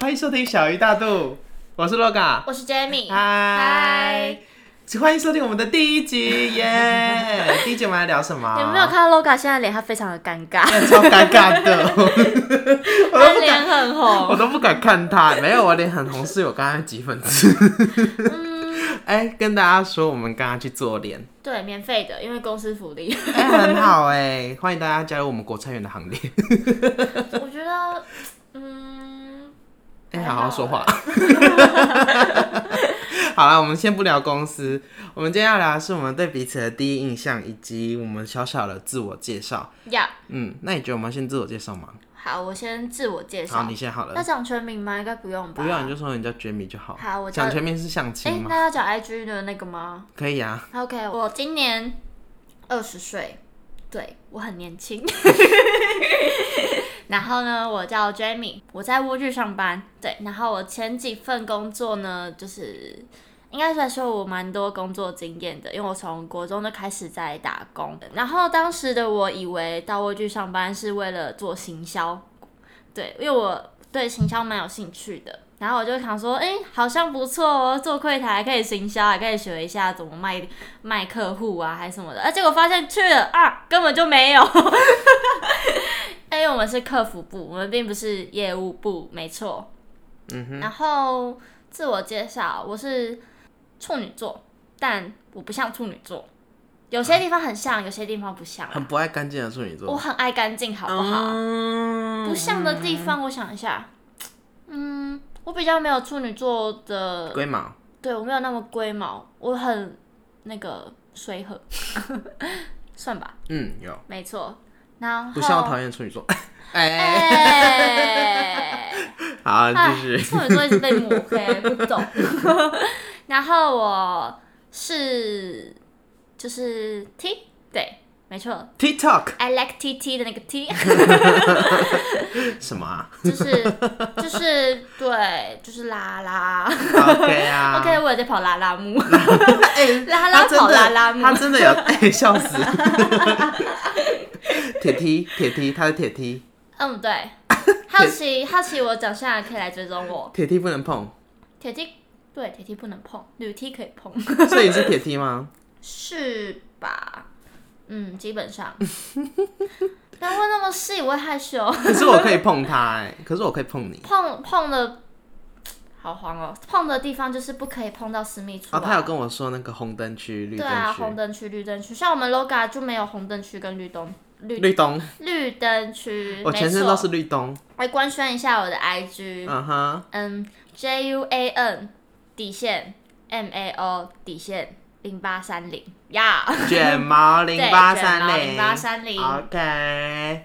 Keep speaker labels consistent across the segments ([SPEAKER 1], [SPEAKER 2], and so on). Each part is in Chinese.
[SPEAKER 1] 欢迎收听小鱼大肚，我是 LOGA，
[SPEAKER 2] 我是 Jamie，
[SPEAKER 1] 嗨，欢迎收听我们的第一集， 耶！第一集我们来聊什么？
[SPEAKER 2] 有没有看到 LOGA 现在脸，他非常的尴尬，
[SPEAKER 1] 超尴尬的， 我
[SPEAKER 2] 他
[SPEAKER 1] 都不敢，
[SPEAKER 2] 脸很
[SPEAKER 1] 我
[SPEAKER 2] 红。
[SPEAKER 1] 都不敢看他。没有，我脸很红，是有刚刚挤粉刺。
[SPEAKER 2] 嗯
[SPEAKER 1] 哎、跟大家说，我们刚刚去做脸，
[SPEAKER 2] 对，免费的，因为公司福 利。
[SPEAKER 1] 哎、很好哎、欢迎大家加入我们国菜园的行列。
[SPEAKER 2] 我觉得，嗯，
[SPEAKER 1] 哎、
[SPEAKER 2] 还
[SPEAKER 1] 好
[SPEAKER 2] 好
[SPEAKER 1] 好说 话。好了，我们先不聊公司，我们今天要聊的是我们对彼此的第一印象，以及我们小小的自我介绍。
[SPEAKER 2] 呀、
[SPEAKER 1] 嗯，那你觉得我们要先自我介绍吗？
[SPEAKER 2] 好，我先自我介
[SPEAKER 1] 好，
[SPEAKER 2] 绍
[SPEAKER 1] 你。先好
[SPEAKER 2] 要
[SPEAKER 1] 了，
[SPEAKER 2] 讲全名吗？应该不用吧。
[SPEAKER 1] 不要你就说你叫 Jamie 就好。
[SPEAKER 2] 好我叫
[SPEAKER 1] 讲全名是相
[SPEAKER 2] 哎、
[SPEAKER 1] 亲吗？
[SPEAKER 2] 那要讲 IG 的那个吗
[SPEAKER 1] 可以啊，
[SPEAKER 2] ？OK，我今年二十岁，对我很年轻。 然后呢，我叫 Jamie，我在蜗居上班。对，然后我前几份工作呢，就是应该算说我蛮多工作经验的，因为我从国中就开始在打工。然后当时的我以为到蜗居上班是为了做行销，对，因为我对行销蛮有兴趣的。然后我就想说，哎、好像不错哦，做柜台还可以行销，还可以学一下怎么卖卖客户啊，还是什么的。啊，结果发现去了啊，根本就没有。 因为我们是客服部，我们并不是业务部，没错。
[SPEAKER 1] 嗯
[SPEAKER 2] 哼。然后自我介绍，我是处女座，但我不像处女座，有些地方很像，有些地方不像。
[SPEAKER 1] 啊很不爱干净的处女座。
[SPEAKER 2] 我很爱干净，好不好？
[SPEAKER 1] 嗯
[SPEAKER 2] 不像的地方，我想一下，嗯，我比较没有处女座的，
[SPEAKER 1] 龟毛，
[SPEAKER 2] 对我没有那么龟毛，我很那个随和， 算吧，
[SPEAKER 1] 嗯，有
[SPEAKER 2] 没错。然后
[SPEAKER 1] 不像我讨厌的处女座。 哎、
[SPEAKER 2] 哎，
[SPEAKER 1] 好，
[SPEAKER 2] 哎
[SPEAKER 1] 继续。
[SPEAKER 2] 处女座一直被抹黑，不懂。 然后我是就是 T，对，没错
[SPEAKER 1] TikTok
[SPEAKER 2] ，I like T T 的那个 T。
[SPEAKER 1] 什么啊
[SPEAKER 2] 就是就是对，就是拉拉。
[SPEAKER 1] ？OK 啊
[SPEAKER 2] OK，我也在跑拉拉 木，
[SPEAKER 1] 哎
[SPEAKER 2] 拉
[SPEAKER 1] 他
[SPEAKER 2] 拉
[SPEAKER 1] 真的
[SPEAKER 2] 跑拉拉木
[SPEAKER 1] 他。真的有 哎、笑死！铁梯，铁梯，他是铁梯，
[SPEAKER 2] 嗯，对。好奇好奇，我长相可以来追踪我。
[SPEAKER 1] 铁梯不能碰，
[SPEAKER 2] 铁梯对铁梯不能碰，铝梯可以碰，
[SPEAKER 1] 所以你是铁梯吗？
[SPEAKER 2] 是吧？嗯，基本上。不要问那么细，我会害羞。
[SPEAKER 1] 可是我可以碰他哎、可是我可以碰你
[SPEAKER 2] 碰碰的，好黄哦。碰的地方就是不可以碰到私密处
[SPEAKER 1] 哦。
[SPEAKER 2] 啊。
[SPEAKER 1] 他有跟我说那个红灯区、绿
[SPEAKER 2] 对
[SPEAKER 1] 灯
[SPEAKER 2] 啊，
[SPEAKER 1] 区、
[SPEAKER 2] 红灯区、绿灯区，像我们 LOGA 就没有红灯区嗯跟绿灯绿
[SPEAKER 1] 绿灯，
[SPEAKER 2] 绿灯区，
[SPEAKER 1] 我全身
[SPEAKER 2] 没
[SPEAKER 1] 都
[SPEAKER 2] 错。
[SPEAKER 1] 是绿灯。
[SPEAKER 2] 来官宣一下我的 IG，
[SPEAKER 1] 嗯哼，
[SPEAKER 2] 嗯，J U A N 底线，M A O 底线零八三零呀，
[SPEAKER 1] 卷毛
[SPEAKER 2] 对
[SPEAKER 1] 零八
[SPEAKER 2] 卷毛
[SPEAKER 1] 三零，
[SPEAKER 2] 0830
[SPEAKER 1] OK，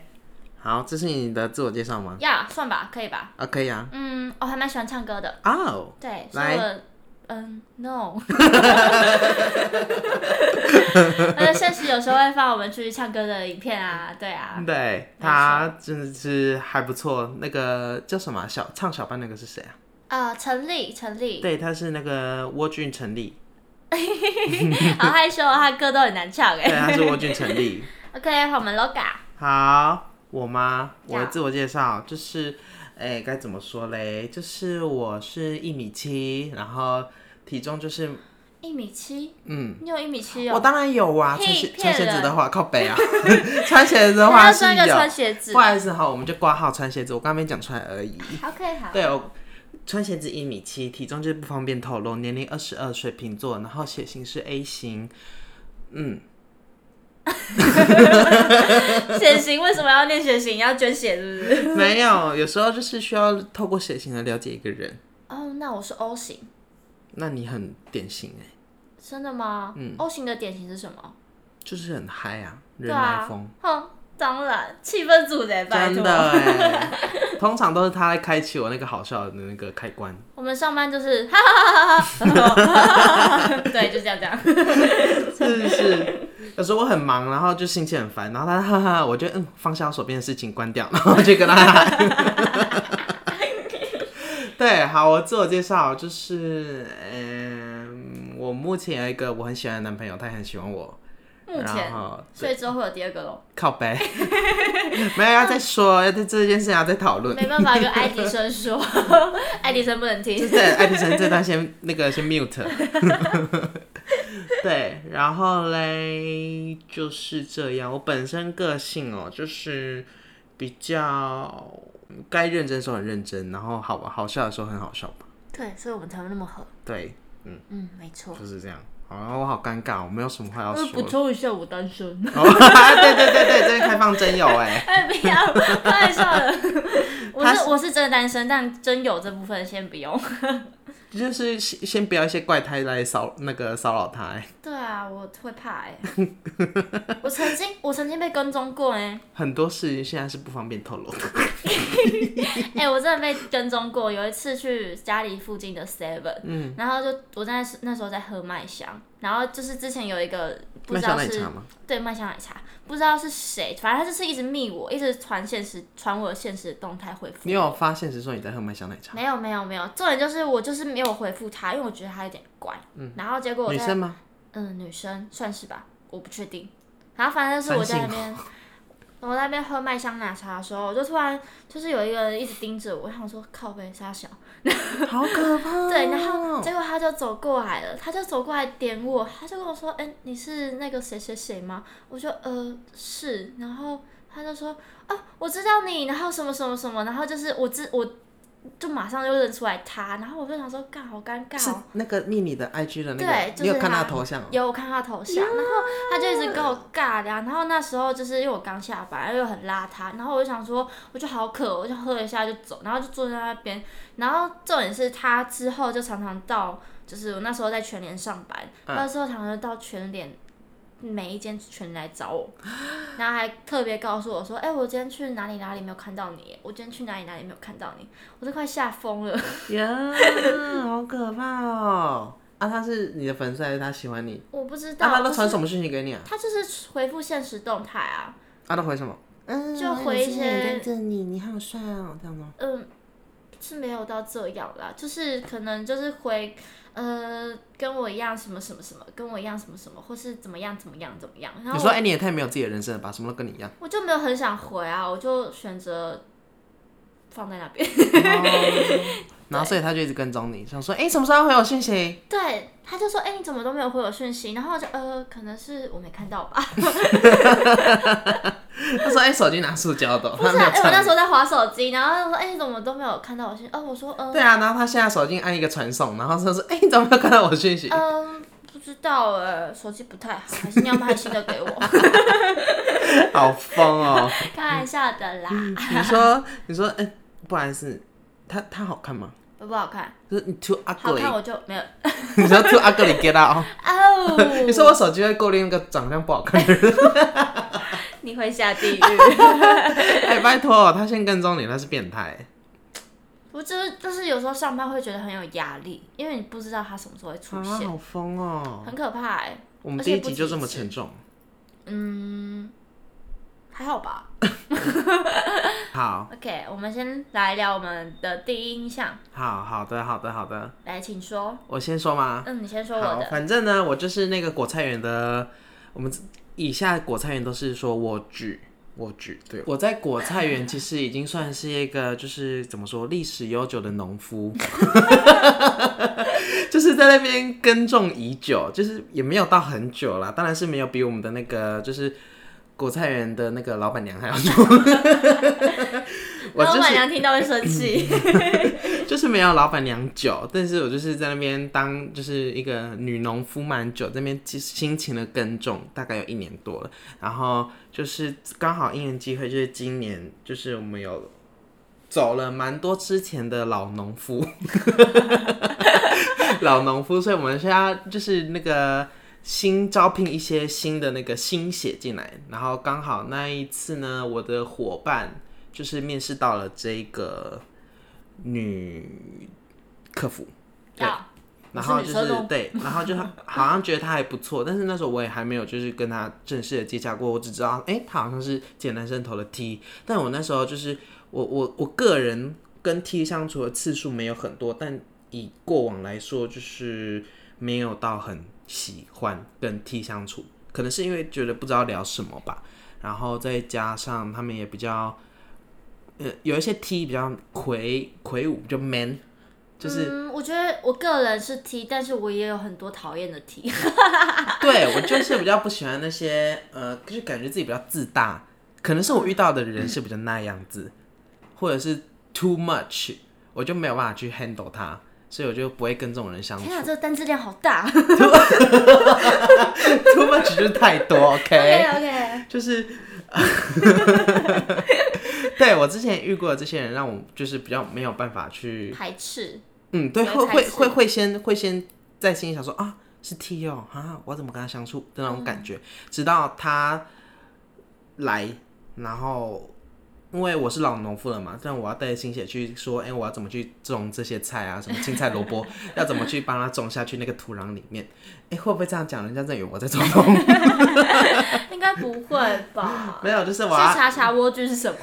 [SPEAKER 1] 好，这是你的自我介绍吗？
[SPEAKER 2] 呀，算吧，可以吧？
[SPEAKER 1] 啊，可以啊。
[SPEAKER 2] 嗯，我还蛮喜欢唱歌的，
[SPEAKER 1] 哦、
[SPEAKER 2] 对，所
[SPEAKER 1] 来
[SPEAKER 2] 以我。嗯，no，而且现实有时候会放我们出去唱歌的影片啊，对啊，
[SPEAKER 1] 对他真的是还不错。那个叫什么啊小唱小班那个是谁啊？
[SPEAKER 2] 啊，陈立，陈立，
[SPEAKER 1] 对，他是那个蜗俊成立，
[SPEAKER 2] 好害羞哦，他歌都很难唱
[SPEAKER 1] 对，他
[SPEAKER 2] 哎。
[SPEAKER 1] 是蜗俊成立。
[SPEAKER 2] OK，我们 LOGA，
[SPEAKER 1] 好，我吗？我的
[SPEAKER 2] 要
[SPEAKER 1] 自我介绍就是，哎、该怎么说嘞？就是我是一米七，然后体重就是，
[SPEAKER 2] 一米七，
[SPEAKER 1] 嗯，
[SPEAKER 2] 你有一米七哦
[SPEAKER 1] 我？当然有啊，
[SPEAKER 2] 屁
[SPEAKER 1] 穿鞋
[SPEAKER 2] 骗
[SPEAKER 1] 穿鞋子
[SPEAKER 2] 人
[SPEAKER 1] 的话靠背啊， 穿鞋子的
[SPEAKER 2] 还
[SPEAKER 1] 话
[SPEAKER 2] 要
[SPEAKER 1] 是
[SPEAKER 2] 穿一个穿
[SPEAKER 1] 有。
[SPEAKER 2] 鞋子
[SPEAKER 1] 不。好意思哈，我们就挂号穿鞋子，我刚没讲出来而已。
[SPEAKER 2] OK，好。
[SPEAKER 1] 对，我穿鞋子一米七，体重就是不方便透露，年龄二十二，水瓶座，然后血型是 A 型。嗯，
[SPEAKER 2] 血型为什么要念血型？要捐血是不是？
[SPEAKER 1] 没有，有时候就是需要透过血型来了解一个人。
[SPEAKER 2] 哦，那我是 O 型，
[SPEAKER 1] 那你很典型哎、
[SPEAKER 2] 真的吗？嗯。O 型的典型是什么？
[SPEAKER 1] 就是很嗨啊，
[SPEAKER 2] 对
[SPEAKER 1] 人来
[SPEAKER 2] 啊
[SPEAKER 1] 疯，，
[SPEAKER 2] 哼，当然，气氛组的，拜
[SPEAKER 1] 真
[SPEAKER 2] 托。
[SPEAKER 1] 的哎、 通常都是他在开启我那个好笑的那个开关。
[SPEAKER 2] 我们上班就是哈哈哈哈哈哈，对，就这样这样。
[SPEAKER 1] 真的是。有时候我很忙，然后就心情很烦，然后他哈哈，我就嗯放下我手边的事情，关掉，然后就跟他喊。 对，好，我自我介绍就是，嗯，我目前有一个我很喜欢的男朋友，他也很喜欢我，
[SPEAKER 2] 目前
[SPEAKER 1] 然后，
[SPEAKER 2] 所以之后会有第二个咯。
[SPEAKER 1] 靠背， 没有要再说，要对这件事情要再讨论。
[SPEAKER 2] 没办法跟爱迪生说，爱迪生不能 听
[SPEAKER 1] 就。是爱迪生这段先那个先 mute。对，然后嘞就是这样。我本身个性哦、就是比较该认真的时候很认真，然后好好笑的时候很好笑吧。
[SPEAKER 2] 对，所以我们才会那么合。
[SPEAKER 1] 对，
[SPEAKER 2] 嗯，没错。
[SPEAKER 1] 就是这样。好，然后我好尴尬，我没有什么话要
[SPEAKER 2] 我
[SPEAKER 1] 说。
[SPEAKER 2] 补充一下，我单身。
[SPEAKER 1] 哦 对对对对，这边开放真友哎、
[SPEAKER 2] 哎，不要，开玩笑的。 我
[SPEAKER 1] 他
[SPEAKER 2] 是我是真的单身，但真有这部分先不用。
[SPEAKER 1] 就是先先不要一些怪胎来骚那个骚扰他、欸，
[SPEAKER 2] 对啊，我会怕 哎、我曾经我曾经被跟踪过哎、
[SPEAKER 1] 很多事情现在是不方便透露的。
[SPEAKER 2] 哎、我真的被跟踪过。有一次去家里附近的 Seven，嗯，然后就我在那时候在喝麦香，然后就是之前有一个不
[SPEAKER 1] 麦
[SPEAKER 2] 知
[SPEAKER 1] 香
[SPEAKER 2] 道
[SPEAKER 1] 奶
[SPEAKER 2] 是
[SPEAKER 1] 茶吗？
[SPEAKER 2] 对麦香奶茶，不知道是谁，反正他就是一直密我，一直传现实传我的现实动态回复
[SPEAKER 1] 你。有发现是说你在喝麦香奶茶？
[SPEAKER 2] 没有没有没有，重点就是我就是没有回复他，因为我觉得他有点怪。嗯，然后结果我
[SPEAKER 1] 女
[SPEAKER 2] 在
[SPEAKER 1] 生 吗？
[SPEAKER 2] 嗯，女生算是吧，我不确定。然后反正就是我在那边， 我在那边喝麦香奶茶的时候，我就突然就是有一个人一直盯着我，我想说靠背傻小，
[SPEAKER 1] 好可怕、哦！
[SPEAKER 2] 对，然后结果他就走过来了，他就走过来点我，他就跟我说：“哎、你是那个谁谁谁吗？”我说：“呃，是。”然后他就说：“哦，我知道你。”然后什么什么什么，然后就是我知我就马上就认出来他，然后我就想说，干好尴尬
[SPEAKER 1] 是
[SPEAKER 2] 哦。
[SPEAKER 1] 那个密你的 IG 的那个，
[SPEAKER 2] 对就是
[SPEAKER 1] 你有看
[SPEAKER 2] 他
[SPEAKER 1] 他的头像哦？
[SPEAKER 2] 有我看他头像，然后他就一直跟我尬聊，然后那时候就是因为我刚下班又很邋遢，然后我就想说我就好渴，我就喝一下就走，然后就坐在那边，然后重点是他之后就常常到，就是我那时候在全联上班，
[SPEAKER 1] 嗯
[SPEAKER 2] 那时候常常到全联。每一间全联来找我，然后还特别告诉我说：“哎、我今天去哪里哪里没有看到你，我今天去哪里哪里没有看到你，我都快吓疯了。
[SPEAKER 1] 呀，好可怕哦！啊，他是你的粉丝还是他喜欢你？”
[SPEAKER 2] 我不知道，
[SPEAKER 1] 啊，他都
[SPEAKER 2] 就是
[SPEAKER 1] 传什么讯息给你啊？
[SPEAKER 2] 他就是回复现实动态啊，
[SPEAKER 1] 啊，都回什么？嗯
[SPEAKER 2] 就回一些
[SPEAKER 1] 我很着你，你好帅哦，这样吗？
[SPEAKER 2] 嗯，是没有到这样啦，就是可能就是回，呃，跟我一样什么什么什么，跟我一样什么什么，或是怎么样怎么样怎么样。然
[SPEAKER 1] 你
[SPEAKER 2] 后
[SPEAKER 1] 说，
[SPEAKER 2] 我
[SPEAKER 1] 哎、你也太没有自己的人生了吧？什么都跟你一样。
[SPEAKER 2] 我就没有很想回啊，我就选择放在那 边。
[SPEAKER 1] 哦 然后所以他就一直跟踪你，想说，哎、什么时候要回我讯息？
[SPEAKER 2] 对，他就说，哎、你怎么都没有回我讯息？然后我就呃，可能是我没看到吧。
[SPEAKER 1] 他说，哎、手机拿塑胶的哦，
[SPEAKER 2] 不
[SPEAKER 1] 他
[SPEAKER 2] 是、
[SPEAKER 1] 没
[SPEAKER 2] 啊，
[SPEAKER 1] 有
[SPEAKER 2] 哎、我那
[SPEAKER 1] 传
[SPEAKER 2] 时。候在划手机，然后他说，哎、你怎么都没有看到我讯？哦，我说，呃
[SPEAKER 1] 对，啊，然后他现在手机按一个传送，然后他说，哎、你怎么没有看到我讯息？
[SPEAKER 2] 嗯、不知道哎、手机不太好，还是你要买新的给我？
[SPEAKER 1] 好疯哦！
[SPEAKER 2] 开玩笑的啦，
[SPEAKER 1] 你说，你说，哎、不好意思，他他好看吗？
[SPEAKER 2] 不好看。
[SPEAKER 1] 就是你 too
[SPEAKER 2] 好看
[SPEAKER 1] ugly，
[SPEAKER 2] 我就没有
[SPEAKER 1] 你说 too ugly get out。
[SPEAKER 2] 哦
[SPEAKER 1] 。你说我手机会过滤那个长相不好看的人，
[SPEAKER 2] 你会下地 狱？
[SPEAKER 1] 哎、拜托，他先跟踪你，那是变态。
[SPEAKER 2] 我就是就是有时候上班会觉得很有压力，因为你不知道他什么时候会
[SPEAKER 1] 啊
[SPEAKER 2] 出，现，
[SPEAKER 1] 好疯哦！
[SPEAKER 2] 很可怕哎、
[SPEAKER 1] 我们第一集就这么沉重。
[SPEAKER 2] 嗯，还好吧。
[SPEAKER 1] 好，
[SPEAKER 2] OK，我们先来聊我们的第一印象，
[SPEAKER 1] 好，好的，好的，好的，
[SPEAKER 2] 来，请说。
[SPEAKER 1] 我先说吗？
[SPEAKER 2] 嗯，你先说我
[SPEAKER 1] 好，
[SPEAKER 2] 的。
[SPEAKER 1] 反正呢，我就是那个果菜园的，我们以下果菜园都是说我举。我举对，我在果菜园其实已经算是一个，就是怎么说历史悠久的农夫， 就是在那边耕种已久，就是也没有到很久啦，当然是没有比我们的那个就是果菜园的那个老板娘还要 久。我
[SPEAKER 2] 老
[SPEAKER 1] 就
[SPEAKER 2] 板
[SPEAKER 1] 是嗯
[SPEAKER 2] 娘听到会生气。
[SPEAKER 1] 就是没有老板娘久，但是我就是在那边当就是一个女农夫蛮久，这边其实辛勤的耕种，大概有一年多了。然后就是刚好因缘机会，就是今年就是我们有走了蛮多之前的老农夫， 老农夫，所以我们现在就是那个新招聘一些新的那个新血进来，然后刚好那一次呢，我的伙伴就是面试到了这个女客服，对
[SPEAKER 2] 要，
[SPEAKER 1] 然后就
[SPEAKER 2] 我是女
[SPEAKER 1] 是
[SPEAKER 2] 生哦
[SPEAKER 1] 对，然后就好像觉得他还不错，但是那时候我也还没有就是跟他正式的接洽过，我只知道哎、诶他好像是简单生投的 T，但我那时候就是我我我个人跟 T 相处的次数没有很多，但以过往来说就是没有到很喜欢跟 T 相处，可能是因为觉得不知道聊什么吧，然后再加上他们也比较，呃，有一些 T 比较魁魁梧，就 man，就是、
[SPEAKER 2] 嗯，我觉得我个人是 T，但是我也有很多讨厌的 T。
[SPEAKER 1] 对我就是比较不喜欢那些呃，就是感觉自己比较自大，可能是我遇到的人是比较那样子，或者是 too much，我就没有办法去 handle 他，所以我就不会跟这种人相处
[SPEAKER 2] 天。啊，这个单字量好大。
[SPEAKER 1] too much 就是太多
[SPEAKER 2] OK OK，
[SPEAKER 1] 就是，对我之前遇过的这些人，让我就是比较没有办法去，
[SPEAKER 2] 排斥。
[SPEAKER 1] 嗯，对，
[SPEAKER 2] 不
[SPEAKER 1] 会会
[SPEAKER 2] 会排斥
[SPEAKER 1] 会会先会先在心里想说啊，是 T 哦啊，我怎么跟他相处的那种感觉，直到他来，然后。因为我是老农夫了嘛，但我要带着心血去说，哎、我要怎么去种这些菜啊，什么青菜、萝卜， 要怎么去帮它种下去那个土壤里面？哎、会不会这样讲，人家真以为我在做梦？
[SPEAKER 2] 应该不会吧？
[SPEAKER 1] 没有，就是
[SPEAKER 2] 是
[SPEAKER 1] 我要
[SPEAKER 2] 查查蜗苣是 什么？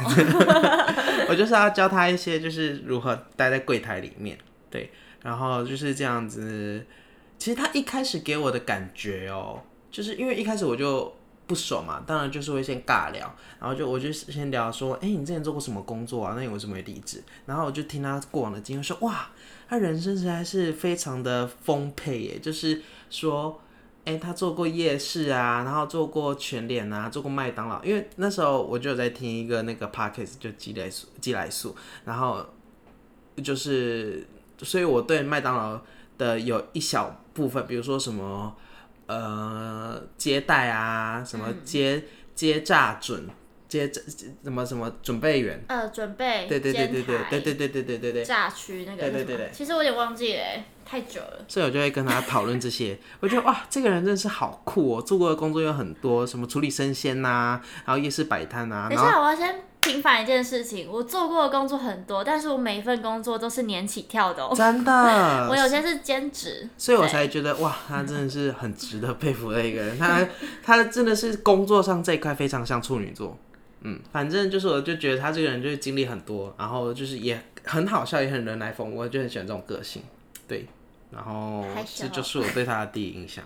[SPEAKER 1] 我就是要教他一些，就是如何待在柜台里面，对，然后就是这样子。其实他一开始给我的感觉哦、就是因为一开始我就不熟嘛，当然就是会先尬聊，然后就我就先聊说，哎、你之前做过什么工作啊？那你为什么会离职？然后我就听他过往的经历，说哇，他人生实在是非常的丰沛耶，就是说。哎、他做过夜市啊，然后做过全联啊，做过麦当劳。因为那时候我就有在听一个那个 podcast，就寄来素寄来素，然后就是，所以我对麦当劳的有一小部分，比如说什么呃接待啊，什么接、接炸准接炸什么什么准备员，
[SPEAKER 2] 呃，准备
[SPEAKER 1] 对对对对对
[SPEAKER 2] 煎台
[SPEAKER 1] 对对对对对对对。
[SPEAKER 2] 炸区那个
[SPEAKER 1] 对
[SPEAKER 2] 是
[SPEAKER 1] 对
[SPEAKER 2] 什
[SPEAKER 1] 对
[SPEAKER 2] 么
[SPEAKER 1] 对
[SPEAKER 2] 其实我有点忘记了欸，太久了。
[SPEAKER 1] 所以我就会跟他讨论这些。 我觉得哇，这个人真的是好酷哦，做过的工作有很多，什么处理生鲜呐、然后夜市摆摊呐，
[SPEAKER 2] 等一
[SPEAKER 1] 然后
[SPEAKER 2] 下，我要先平反一件事情，我做过的工作很多，但是我每一份工作都是年起跳的哦。
[SPEAKER 1] 真
[SPEAKER 2] 我
[SPEAKER 1] 的，
[SPEAKER 2] 有些是兼职，
[SPEAKER 1] 呃所以我才觉得哇，他真的是很值得佩服的一个人。他他真的是工作上这一块非常像处女座。嗯，反正就是，我就觉得他这个人就是经历很多，然后就是也很好笑，也很人来疯，我就很喜欢这种个性。对，然后
[SPEAKER 2] 还
[SPEAKER 1] 这
[SPEAKER 2] 小
[SPEAKER 1] 就是我对他的第一印象。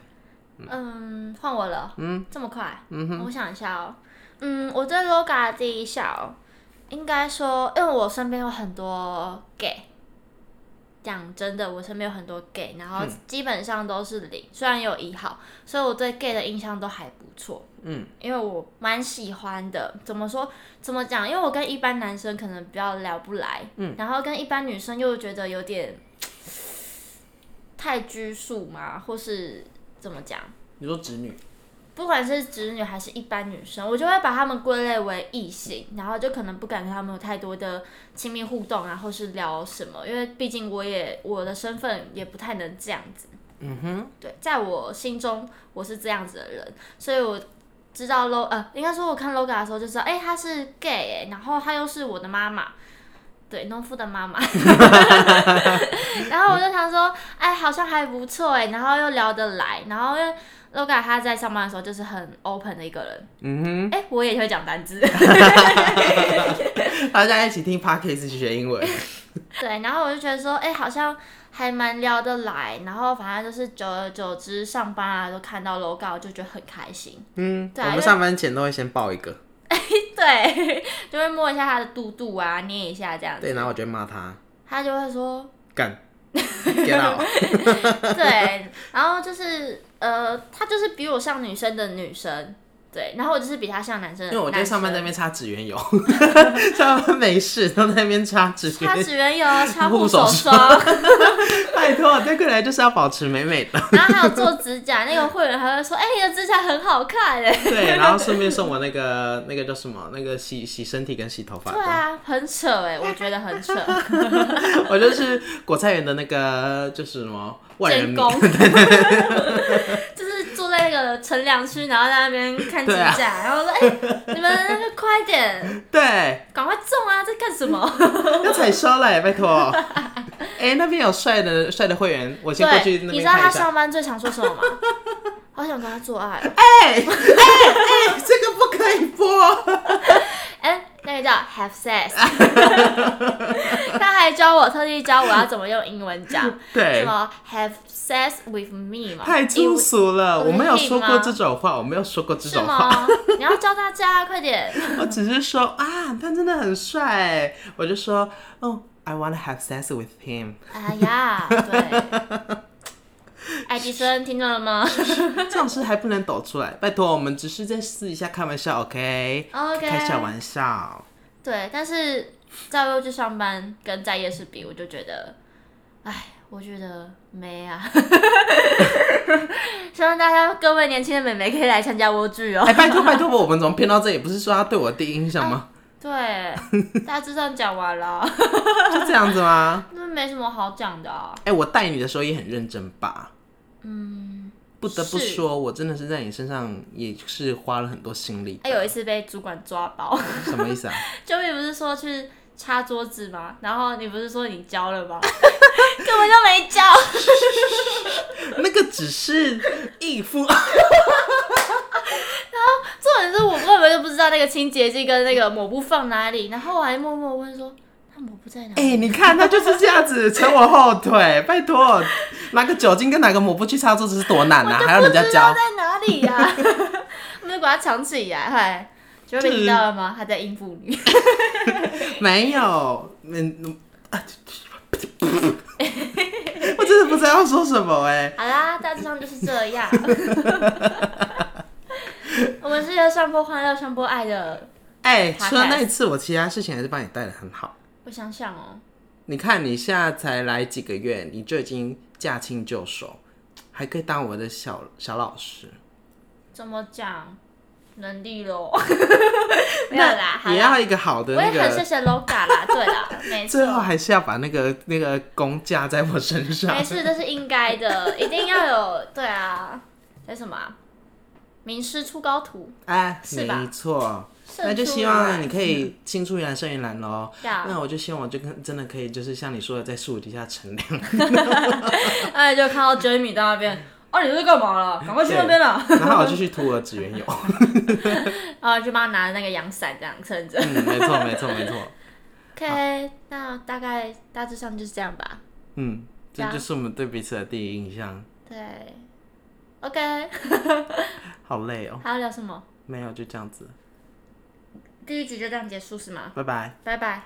[SPEAKER 2] 嗯，换我了。嗯，这么快。嗯我想一下哦。嗯，我对 LOGA 的第一下哦，应该说，因为我身边有很多 gay。讲真的，我身边有很多 gay，然后基本上都是零，虽然有一号，所以我对 gay 的印象都还不错。
[SPEAKER 1] 嗯，
[SPEAKER 2] 因为我蛮喜欢的。怎么说？怎么讲？因为我跟一般男生可能比较聊不来，嗯，然后跟一般女生又觉得有点太拘束嘛，或是怎么讲？
[SPEAKER 1] 你说直女，
[SPEAKER 2] 不管是直女还是一般女生，我就会把她们归类为异性，然后就可能不敢跟她们有太多的亲密互动啊，或是聊什么，因为毕竟我也我的身份也不太能这样子。
[SPEAKER 1] 嗯哼，
[SPEAKER 2] 对，在我心中我是这样子的人，所以我知道 LO 呃，应该说我看 LOGA 的时候就知道，哎、她是 gay，、欸、然后她又是我的妈妈，对，农夫的妈 妈。然后我就想说，哎，好像还不错哎、然后又聊得来，然后因为 LOGA 她在上班的时候就是很 open 的一个人，
[SPEAKER 1] 嗯哼。
[SPEAKER 2] 哎、我也会讲单字，
[SPEAKER 1] 大家一起听 podcast 学英文。
[SPEAKER 2] 对，然后我就觉得说，哎、好像还蛮聊得来，然后反正就是久而久之上班啊，都看到 LOGA 我就觉得很开心。
[SPEAKER 1] 嗯，
[SPEAKER 2] 对
[SPEAKER 1] 我
[SPEAKER 2] 啊
[SPEAKER 1] 们上班前都会先报一个，
[SPEAKER 2] 对，就会摸一下他的肚肚啊，捏一下这样子，
[SPEAKER 1] 对，然后我就会骂他
[SPEAKER 2] 他就会说
[SPEAKER 1] 干 get out。
[SPEAKER 2] 对，然后就是呃，他就是比我像女生的女生，对，然后我就是比他像男生
[SPEAKER 1] 因
[SPEAKER 2] 的
[SPEAKER 1] 为我
[SPEAKER 2] 男
[SPEAKER 1] 在
[SPEAKER 2] 生。
[SPEAKER 1] 上班在那边 擦指 缘油，上班没事都在那边擦指
[SPEAKER 2] 擦
[SPEAKER 1] 缘油。
[SPEAKER 2] 指 缘油，擦
[SPEAKER 1] 护
[SPEAKER 2] 护
[SPEAKER 1] 手
[SPEAKER 2] 手霜，
[SPEAKER 1] 拜托，在过来就是要保持美美的。
[SPEAKER 2] 然后还有做指甲，那个会员还会说：“哎、你的指甲很好看哎。”
[SPEAKER 1] 对，然后顺便送我那个那个叫什么？那个洗洗身体跟洗头发
[SPEAKER 2] 对
[SPEAKER 1] 的。
[SPEAKER 2] 啊，很扯哎，我觉得 很扯。
[SPEAKER 1] 我就是果菜园的那个，就是什么万人
[SPEAKER 2] 监
[SPEAKER 1] 迷。
[SPEAKER 2] 工， 就是坐在那个乘凉区，然后在那边看指
[SPEAKER 1] 对啊
[SPEAKER 2] 甲，然后说：“哎、你们那个快点，
[SPEAKER 1] 对，
[SPEAKER 2] 赶快种啊，在干什么？
[SPEAKER 1] 要采收嘞，拜托。哎、那边有帅的帅的会员，我先过去
[SPEAKER 2] 对，
[SPEAKER 1] 那
[SPEAKER 2] 你
[SPEAKER 1] 边
[SPEAKER 2] 知道
[SPEAKER 1] 看
[SPEAKER 2] 他
[SPEAKER 1] 一下。
[SPEAKER 2] 上班最常说什么吗？好想跟他做爱哦。
[SPEAKER 1] 哎哎哎，这个不可 以播。
[SPEAKER 2] 哎哎、那个叫 have sex，他还还教我特地教我要怎么用英文讲，什
[SPEAKER 1] 对，
[SPEAKER 2] 么 have sex with me 嘛，
[SPEAKER 1] 太粗俗了，
[SPEAKER 2] 因为
[SPEAKER 1] 我没有说
[SPEAKER 2] 因为
[SPEAKER 1] 过这种话，我没有说过这
[SPEAKER 2] 是
[SPEAKER 1] 种话，
[SPEAKER 2] 吗？ 你要教大家快点。
[SPEAKER 1] 我只是说啊，他真的很帅，我就说，哦，I wanna have sex with him，
[SPEAKER 2] 哎呀，对，爱迪生听到 了吗
[SPEAKER 1] 这种事还不能抖出来，拜托，我们只是在私底下开玩笑，OK，
[SPEAKER 2] 哦？OK，
[SPEAKER 1] 开小玩笑，
[SPEAKER 2] 对，但是在幼稚上班跟在夜市比，我就觉得，哎，我觉得没啊。 希望大家各位年轻的美眉可以来参加蜗居哦
[SPEAKER 1] 哎、。拜托拜托，我们怎么骗到这里？不是说他对我的第一印象 吗？
[SPEAKER 2] 对，大致上讲完了，
[SPEAKER 1] 就这样子吗？
[SPEAKER 2] 那没什么好讲的啊。
[SPEAKER 1] 哎、我带你的时候也很认真吧？
[SPEAKER 2] 嗯，
[SPEAKER 1] 不得不
[SPEAKER 2] 是
[SPEAKER 1] 说，我真的是在你身上也是花了很多心力。
[SPEAKER 2] 哎、有一次被主管抓包，
[SPEAKER 1] 什么意思啊？
[SPEAKER 2] 就你不是说去擦桌子吗？然后你不是说你教了吗？ 根本就没教。
[SPEAKER 1] 那个只是义父，
[SPEAKER 2] 重点是我根本就不知道那个清洁剂跟那个抹布放哪里，然后我还默默问说，那抹布在哪
[SPEAKER 1] 哎、你看他就是这样子扯我后 腿，拜托，拿个酒精跟拿个抹布去擦桌子是多难啊，还要人家
[SPEAKER 2] 不知道
[SPEAKER 1] 教，
[SPEAKER 2] 在哪里呀、 我们就把它藏起来，嗨，就被听到了吗？他在应付 你，
[SPEAKER 1] 没有，嗯，嗯啊 我真的不知道要说什么哎、
[SPEAKER 2] 好啦，大致上就是这 样。我们是要上播欢乐，上播爱的。
[SPEAKER 1] 哎、
[SPEAKER 2] Podcast
[SPEAKER 1] 除了那一次，我其他事情还是帮你带的很好。
[SPEAKER 2] 我想想哦，
[SPEAKER 1] 你看，你现在才来几个月，你就已经驾轻就熟，还可以当我的小小老师。
[SPEAKER 2] 怎么讲能力 咯？没有啦，啊好
[SPEAKER 1] 也
[SPEAKER 2] 啦，
[SPEAKER 1] 要一个好的
[SPEAKER 2] 我
[SPEAKER 1] 那
[SPEAKER 2] 也很
[SPEAKER 1] 个
[SPEAKER 2] 谢谢啊 LOGA 啦，对啦，没错
[SPEAKER 1] 最。后还是要把那个那个功架在我身上
[SPEAKER 2] 没。事，这是应该的，一定要有。对啊，那什么、啊，名师出高徒，
[SPEAKER 1] 哎，
[SPEAKER 2] 是吧
[SPEAKER 1] 没错，
[SPEAKER 2] 胜
[SPEAKER 1] 那就
[SPEAKER 2] 出啊
[SPEAKER 1] 希
[SPEAKER 2] 于
[SPEAKER 1] 望
[SPEAKER 2] 蓝
[SPEAKER 1] 你可以青出于蓝胜于蓝喽。
[SPEAKER 2] 呀
[SPEAKER 1] 那我就希望我就跟真的可以，就是像你说的，在树底下乘凉，
[SPEAKER 2] 哎，就看到 Jamie 在那边，哦，你在干嘛了？赶快去那边了。
[SPEAKER 1] 然后我就去涂我的指缘油。
[SPEAKER 2] 然后就啊帮他拿那个阳伞这样撑着。
[SPEAKER 1] 嗯，没错，没错，没错。
[SPEAKER 2] OK，那大概大致上就是这样吧。
[SPEAKER 1] 嗯，这
[SPEAKER 2] 呀
[SPEAKER 1] 就是我们对彼此的第一印象。
[SPEAKER 2] 对，OK，
[SPEAKER 1] 好累哦，
[SPEAKER 2] 还要聊什么？
[SPEAKER 1] 没有，就这样子，
[SPEAKER 2] 第一集就这样结束是吗？
[SPEAKER 1] 拜拜。
[SPEAKER 2] 拜拜。